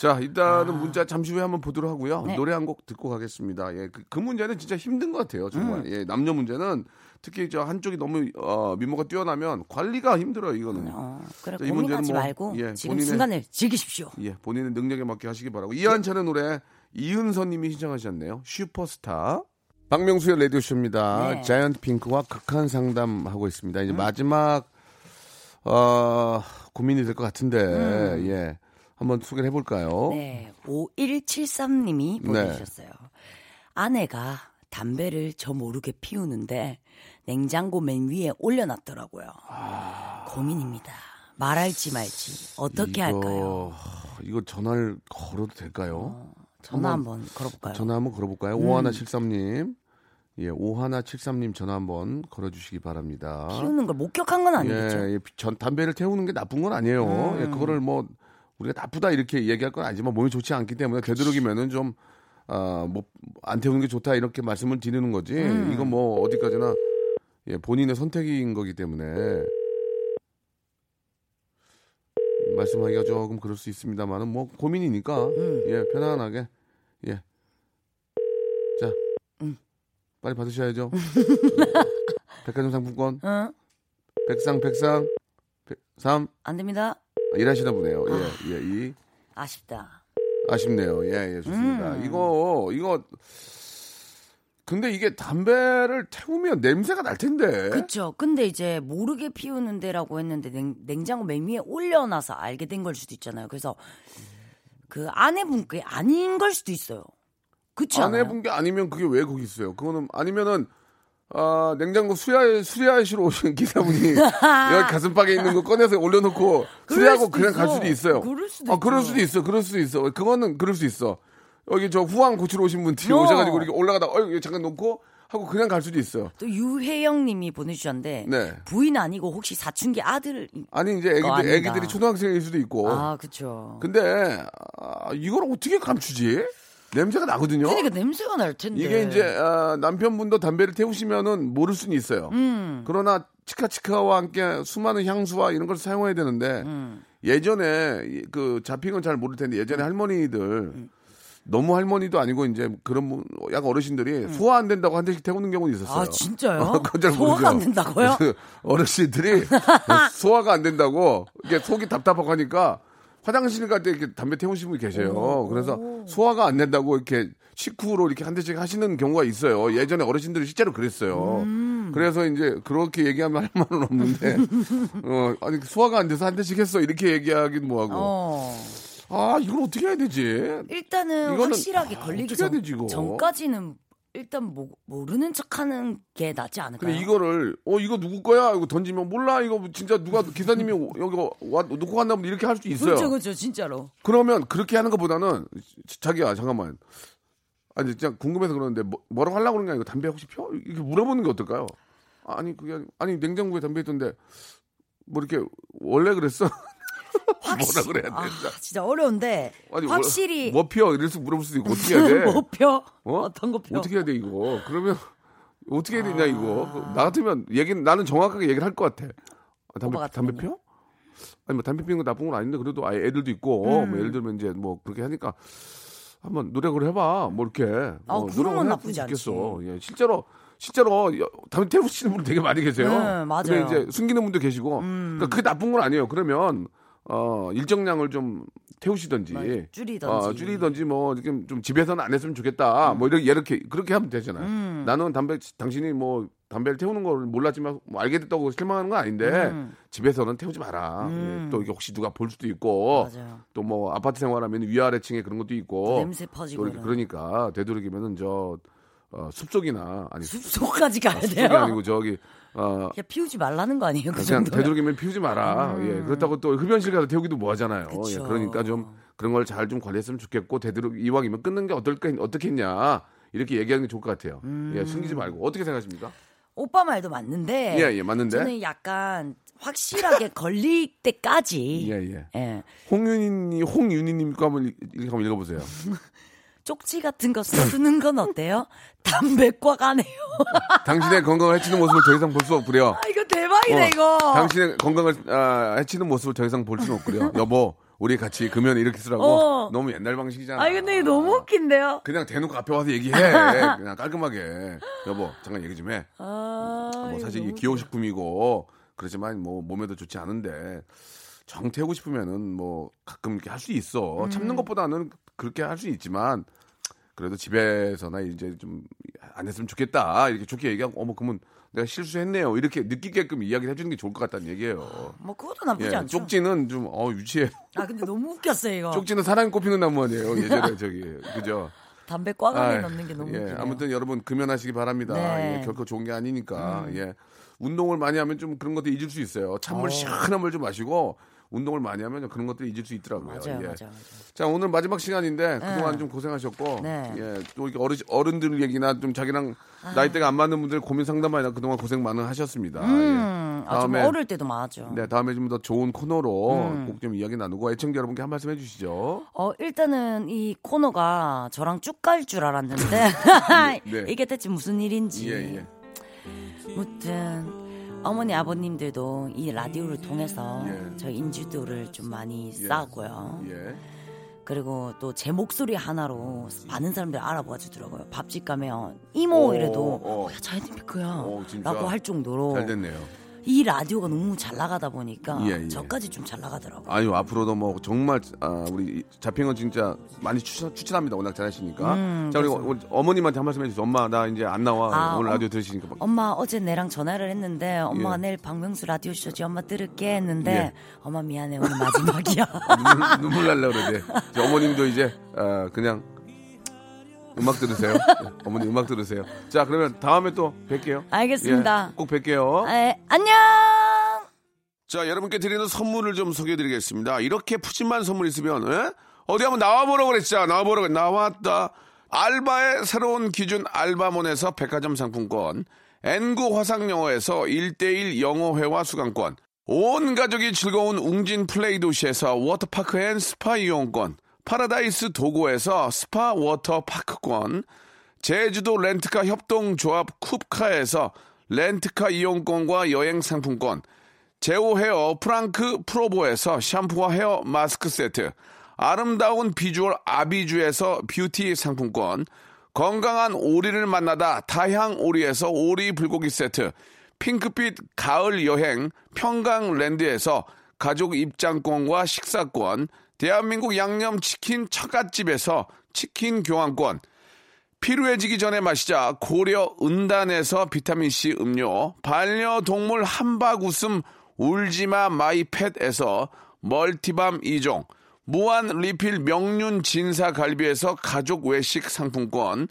S3: 자, 일단은 문자 잠시 후에 한번 보도록 하고요.
S10: 아. 네.
S3: 노래 한 곡 듣고 가겠습니다. 예, 그, 그 문제는 진짜 힘든 것 같아요, 정말.
S10: 음.
S3: 예, 남녀 문제는 특히 저 한쪽이 너무 어, 미모가 뛰어나면 관리가 힘들어요, 이거는.
S10: 어, 그래
S3: 음. 자, 이
S10: 고민하지
S3: 문제는 뭐,
S10: 말고
S3: 예,
S10: 지금
S3: 본인의-
S10: 순간을 즐기십시오.
S3: 예, 본인의 능력에 맞게 하시기 바라고 이한철의 노래 이은서님이 신청하셨네요. 슈퍼스타. 박명수의 라디오 쇼입니다.
S10: 네. 음.
S3: 자이언트 핑크와 극한 상담 하고 있습니다. 이제 마지막 어, 고민이 될 것 같은데 예, 한번 소개를 해볼까요?
S10: 음. 네,
S3: 네.
S10: 5173님이 보내주셨어요. 아내가 담배를 저 모르게 피우는데 냉장고 맨 위에 올려놨더라고요. 고민입니다. 말할지 말지 어떻게
S3: 아. 이거,
S10: 할까요?
S3: 이거 전화를 걸어도 될까요?
S10: 전화
S3: 한번-
S10: 한번 걸어볼까요? 음.
S3: 전화 한번 걸어볼까요? 5173님. 예, 5173님 전화 한번 걸어주시기 바랍니다.
S10: 피우는 걸 목격한 건 아니겠죠? 음.
S3: 예, 예, 전 담배를 태우는 게 나쁜 건 아니에요. 예, 그거를 뭐 우리가 나쁘다 이렇게 얘기할 건 아니지만 몸이 좋지 않기 때문에 되도록이면은 좀 아, 뭐안 태우는 게 좋다 이렇게 말씀을 드리는 거지.
S10: 음.
S3: 이거 뭐 어디까지나 예, 본인의 선택인 거기 때문에 말씀하기가 조금 그럴 수 있습니다만은 뭐 고민이니까
S10: 음.
S3: 예, 편안하게 예. 자.
S10: 음.
S3: 빨리 받으셔야죠. 백화점 상품권
S10: 응?
S3: 백상 백상 백- 삼
S10: 안 됩니다.
S3: 아, 일하시나 보네요. 예, 예, 이
S10: 아쉽다.
S3: 아쉽네요. 예, 예, 좋습니다.
S10: 음.
S3: 이거 이거 근데 이게 담배를 태우면 냄새가 날 텐데.
S10: 그쵸. 근데 이제 모르게 피우는데라고 했는데 냉, 장고맨 위에 올려놔서 알게 된 걸 수도 있잖아요. 그래서 그 아내분께 아닌 걸 수도 있어요. 그쵸.
S3: 안
S10: 않아요?
S3: 해본 게 아니면 그게 왜 거기 있어요? 그거는 아니면은 아, 냉장고 수야, 수리하시러 오신 기사분이
S10: 아,
S3: 여기 가슴팍에 있는 거 꺼내서 올려놓고 수리하고
S10: 수도
S3: 그냥 갈
S10: 있어.
S3: 수도 있어요.
S10: 그럴 수도
S3: 아, 그럴
S10: 있죠.
S3: 수도 있어. 그럴 수도 있어. 그거는 그럴 수 있어. 여기 저 후황 고치러 오신 분 뒤에
S10: 어.
S3: 오셔가지고 이렇게 올라가다, 어, 이거 잠깐 놓고 하고 그냥 갈 수도 있어요.
S10: 또 유혜영님이 보내주셨는데
S3: 네.
S10: 부인 아니고 혹시 사춘기 아들
S3: 아니, 이제
S10: 어,
S3: 애기들,
S10: 아니다.
S3: 애기들이 초등학생일 수도 있고.
S10: 아 그쵸
S3: 근데, 아, 이걸 어떻게 감추지? 냄새가 나거든요?
S10: 그러니까 냄새가 날 텐데
S3: 이게 이제 아, 남편분도 담배를 태우시면은 모를 수는 있어요.
S10: 음.
S3: 그러나 치카치카와 함께 수많은 향수와 이런 걸 사용해야 되는데
S10: 음.
S3: 예전에 이- 그 잡힌 건 잘 모를 텐데 예전에 할머니들
S10: 음.
S3: 너무 할머니도 아니고 이제 그런 분, 약간 어르신들이 소화 안 된다고 한 대씩 태우는 경우는 있었어요.
S10: 음. 아, 진짜요?
S3: 그건 잘
S10: 소화가
S3: 모르죠.
S10: 안 된다고요?
S3: 그래서 어르신들이 소화가 안 된다고 이게 속이 답답하고 하니까 화장실 갈 때 이렇게 담배 태우시는 분이 계세요. 그래서 소화가 안 된다고 이렇게 식후로 이렇게 한 대씩 하시는 경우가 있어요. 예전에 어르신들이 실제로 그랬어요.
S10: 음.
S3: 그래서 이제 그렇게 얘기하면 할 말은 없는데 어, 아니 소화가 안 돼서 한 대씩 했어 이렇게 얘기하긴 뭐하고
S10: 어.
S3: 아 이걸 어떻게 해야 되지?
S10: 일단은
S3: 이거는-
S10: 확실하게
S3: 아,
S10: 걸리기
S3: 어떻게 해야
S10: 전,
S3: 되지, 이거?
S10: 전까지는 일단 모, 모르는 척하는 게 낫지 않을까요?
S3: 근데 이거를 어 이거 누구 거야? 이거 던지면 몰라 이거 진짜 누가 기사님이 여기 와 놓고 갔나 보다 이렇게 할 수 있어요.
S10: 그렇죠 그렇죠 진짜로
S3: 그러면 그렇게 하는 것보다는 자- 자기야 잠깐만 아니 그냥 궁금해서 그러는데 뭐, 라고 하려고 그런 게 아니고 담배 혹시 펴? 이렇게 물어보는 게 어떨까요? 아니 그게 아니, 아니 냉장고에 담배 있던데 뭐 이렇게 원래 그랬어? 뭐라 그래야 되나?
S10: 아 진짜 어려운데
S3: 아니,
S10: 확실히
S3: 뭐, 뭐 피어 이럴 수 물어볼 수도 있고 어떻게 해야 돼?
S10: 못 펴?
S3: 어?
S10: 어떤 거 펴? 아.
S3: 어떻게 해야 돼 이거? 그러면 어떻게 해야 되냐 이거? 그나 같으면 얘기 나는 정확하게 얘기를 할 것 같아. 아, 담배
S10: 오빠
S3: 담배 피워? 아니 뭐 담배 피는 거 나쁜 건 아닌데 그래도 아예 애들도 있고
S10: 음.
S3: 뭐 예를 들면 이제 뭐 그렇게 하니까 한번 노력을 해봐 뭐 이렇게 어,
S10: 그런
S3: 노력을
S10: 건
S3: 해볼
S10: 나쁘지
S3: 수 있겠어.
S10: 않지.
S3: 예, 실제로 실제로 여- 담배 태우시는 분 되게 많이 계세요.
S10: 네, 맞아요. 음.
S3: 근데 이제 숨기는 분도 계시고 그러니까 그게 나쁜 건 아니에요. 그러면 어 일정량을 좀 태우시든지
S10: 줄이든지.
S3: 어, 줄이든지 뭐 이렇게 좀 집에서는 안 했으면 좋겠다 뭐 이렇게 이렇게 그렇게 하면 되잖아요.
S10: 음.
S3: 나는 담배 당신이 뭐 담배를 태우는 걸 몰랐지만 뭐 알게 됐다고 실망하는 건 아닌데
S10: 음.
S3: 집에서는 태우지 마라. 예, 또 이게 혹시 누가 볼 수도 있고
S10: 맞아요.
S3: 또 뭐 아파트 생활하면 위아래층에 그런 것도 있고
S10: 또 냄새 퍼지고
S3: 또 이렇게 뭐, 그러니까 되도록이면은 저 어, 숲속이나 아니
S10: 숲속까지 가야
S3: 숲속이
S10: 돼요?
S3: 아니고 저기 어,
S10: 그냥 피우지 말라는 거 아니에요 그
S3: 그냥
S10: 정도?
S3: 되도록이면 피우지 마라. 예, 그렇다고 또 흡연실 가서 태우기도 뭐하잖아요. 예,
S10: 음. 그쵸.
S3: 그러니까 좀 그런 걸 잘 좀 관리했으면 좋겠고 되도록 이왕이면 끊는 게 어떨까 어떻겠냐 이렇게 얘기하는 게 좋을 것 같아요. 예,
S10: 음.
S3: 숨기지 말고 어떻게 생각하십니까?
S10: 오빠 말도 맞는데
S3: 예, 예, 맞는데.
S10: 저는 약간 확실하게 걸릴 때까지
S3: 예, 예.
S10: 예.
S3: 홍윤이님, 홍윤이님 거 한번 읽- 읽- 한번 읽어보세요.
S10: 쪽지 같은 거 쓰는 건 어때요? 담배과 가네요.
S3: 당신의 건강을 해치는 모습을 더 이상 볼 수 없구려.
S10: 아, 이거 대박이다
S3: 어,
S10: 이거.
S3: 당신의 건강을 아, 해치는 모습을 더 이상 볼 수는 없구려. 여보, 우리 같이 금연 이렇게 쓰라고.
S10: 어.
S3: 너무 옛날 방식이잖아.
S10: 아 근데 이거 너무 웃긴데요.
S3: 그냥 대놓고 앞에 와서 얘기해. 그냥 깔끔하게. 여보, 잠깐 얘기 좀 해.
S10: 아,
S3: 뭐
S10: 이거
S3: 사실
S10: 너무
S3: 이 기호식품이고 그렇지만 뭐 몸에도 좋지 않은데 정 태우고 싶으면은 뭐 가끔 이렇게 할 수 있어
S10: 음.
S3: 참는 것보다는 그렇게 할 수 있지만 그래도 집에서나 이제 좀 안 했으면 좋겠다 이렇게 좋게 얘기하고 어머 그러면 내가 실수했네요 이렇게 느끼게끔 이야기를 해주는 게 좋을 것 같다는 얘기예요.
S10: 뭐 그것도 나쁘지
S3: 예,
S10: 않죠.
S3: 쪽지는 좀 어 유치해.
S10: 아 근데 너무 웃겼어요 이거.
S3: 쪽지는 사랑이 꼽히는 나무 아니에요 예전에 저기 그죠.
S10: 담배 꽈감에
S3: 아이,
S10: 넣는 게 너무
S3: 예,
S10: 웃기네요.
S3: 아무튼 여러분 금연하시기 바랍니다.
S10: 네. 음.
S3: 예, 결코 좋은 게 아니니까. 예. 운동을 많이 하면 좀 그런 것도 잊을 수 있어요. 찬물 시원한 물 좀 마시고 운동을 많이 하면 좀 그런 것들 잊을 수 있더라고요.
S10: 맞아요,
S3: 예.
S10: 맞아요, 맞아요.
S3: 자 오늘 마지막 시간인데 그동안 좀 고생하셨고
S10: 네. 아.
S3: 예, 또 이렇게 어르, 어른들 얘기나 좀 자기랑 나이대가 안 맞는 분들 고민 상담하나 그동안 고생 많은 하셨습니다.
S10: 음,
S3: 예.
S10: 아, 좀 음. 어릴 때도 많았죠.
S3: 네, 다음에 좀 더 좋은 코너로 꼭 좀 이야기 나누고 애청자 여러분께 한 말씀 해주시죠.
S10: 어 일단은 이 코너가 저랑 쭉 갈 줄 알았는데
S3: 네.
S10: 이게 대체 무슨 일인지.
S3: 예, 예.
S10: 무튼 어머니 아버님들도 이 라디오를 통해서
S3: 예.
S10: 저 인지도를 좀 많이
S3: 예.
S10: 쌓고요.
S3: 예.
S10: 그리고 또 제 목소리 하나로 많은 사람들이 알아봐 주더라고요. 밥집 가면 이모
S3: 오,
S10: 이래도
S3: 어.
S10: 어, 야 자이드피크야
S3: 어, 진짜?
S10: 라고 할 정도로
S3: 잘 됐네요.
S10: 이 라디오가 너무 잘 나가다 보니까
S3: 예, 예.
S10: 저까지 좀 잘 나가더라고요.
S3: 아니요 앞으로도 뭐 정말 아, 우리 잡핑은 진짜 많이 추천, 추천합니다 워낙 잘하시니까 자 우리 우리 어머님한테 한 말씀 해주세요 엄마 나 이제 안 나와
S10: 음, 아,
S3: 오늘
S10: 엄-
S3: 라디오 들으시니까 막-
S10: 엄마 어제 내랑 전화를 했는데 엄마가
S3: 예.
S10: 내일 박명수 라디오 쇼지 엄마 들을게 했는데
S3: 예.
S10: 엄마 미안해 오늘 마지막이야.
S3: 눈물, 눈물 날라 그러는데 이제 어머님도 이제 아, 그냥 음악 들으세요. 어머니 음악 들으세요. 자, 그러면 다음에 또 뵐게요.
S10: 알겠습니다.
S3: 예, 꼭 뵐게요.
S10: 에, 아, 안녕.
S3: 자, 여러분께 드리는 선물을 좀 소개해 드리겠습니다. 이렇게 푸짐한 선물 있으면, 예? 어디 한번 나와보라고 그랬죠? 나와보라고. 나왔다. 알바의 새로운 기준 알바몬에서 백화점 상품권, N구 화상영어에서 1대1 영어회화 수강권, 온 가족이 즐거운 웅진 플레이 도시에서 워터파크 앤 스파 이용권, 파라다이스 도고에서 스파 워터파크권, 제주도 렌트카 협동조합 쿱카에서 렌트카 이용권과 여행 상품권, 제오 헤어 프랑크 프로보에서 샴푸와 헤어 마스크 세트, 아름다운 비주얼 아비주에서 뷰티 상품권, 건강한 오리를 만나다 다향 오리에서 오리 불고기 세트, 핑크빛 가을 여행 평강랜드에서 가족 입장권과 식사권, 대한민국 양념치킨 처갓집에서 치킨 교환권, 피로해지기 전에 마시자 고려 은단에서 비타민C 음료, 반려동물 한박 웃음 울지마 마이펫에서 멀티밤 2종, 무한 리필 명륜 진사 갈비에서 가족 외식 상품권,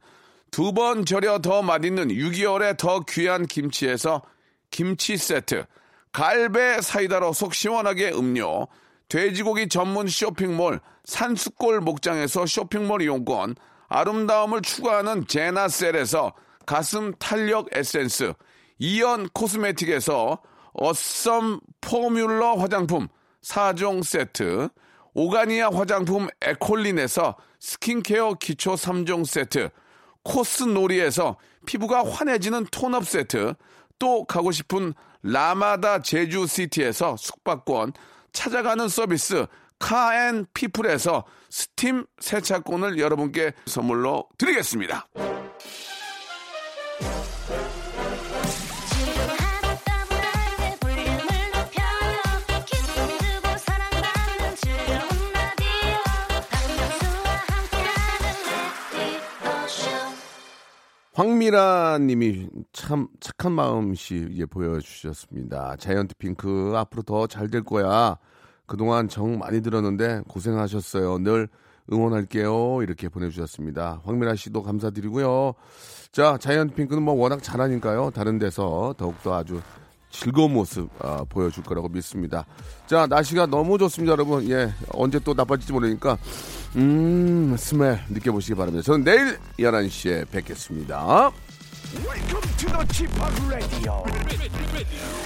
S3: 두 번 절여 더 맛있는 6개월의 더 귀한 김치에서 김치 세트, 갈배 사이다로 속 시원하게 음료, 돼지고기 전문 쇼핑몰 산수골 목장에서 쇼핑몰 이용권, 아름다움을 추구하는 제나셀에서 가슴 탄력 에센스, 이연 코스메틱에서 어썸 포뮬러 화장품 4종 세트, 오가니아 화장품 에콜린에서 스킨케어 기초 3종 세트, 코스놀이에서 피부가 환해지는 톤업 세트, 또 가고 싶은 라마다 제주시티에서 숙박권, 찾아가는 서비스 카앤피플에서 스팀 세차권을 여러분께 선물로 드리겠습니다. 황미라 님이 참 착한 마음씨에 보여주셨습니다. 자이언트 핑크 앞으로 더 잘 될 거야. 그동안 정 많이 들었는데 고생하셨어요. 늘 응원할게요. 이렇게 보내주셨습니다. 황미라 씨도 감사드리고요. 자, 자이언트 핑크는 뭐 워낙 잘하니까요. 다른 데서 더욱더 아주 즐거운 모습 아, 보여줄 거라고 믿습니다. 자, 날씨가 너무 좋습니다, 여러분. 예, 언제 또 나빠질지 모르니까 음, 스멜 느껴보시기 바랍니다. 저는 내일 11시에 뵙겠습니다.
S1: Welcome to the Chipak Radio.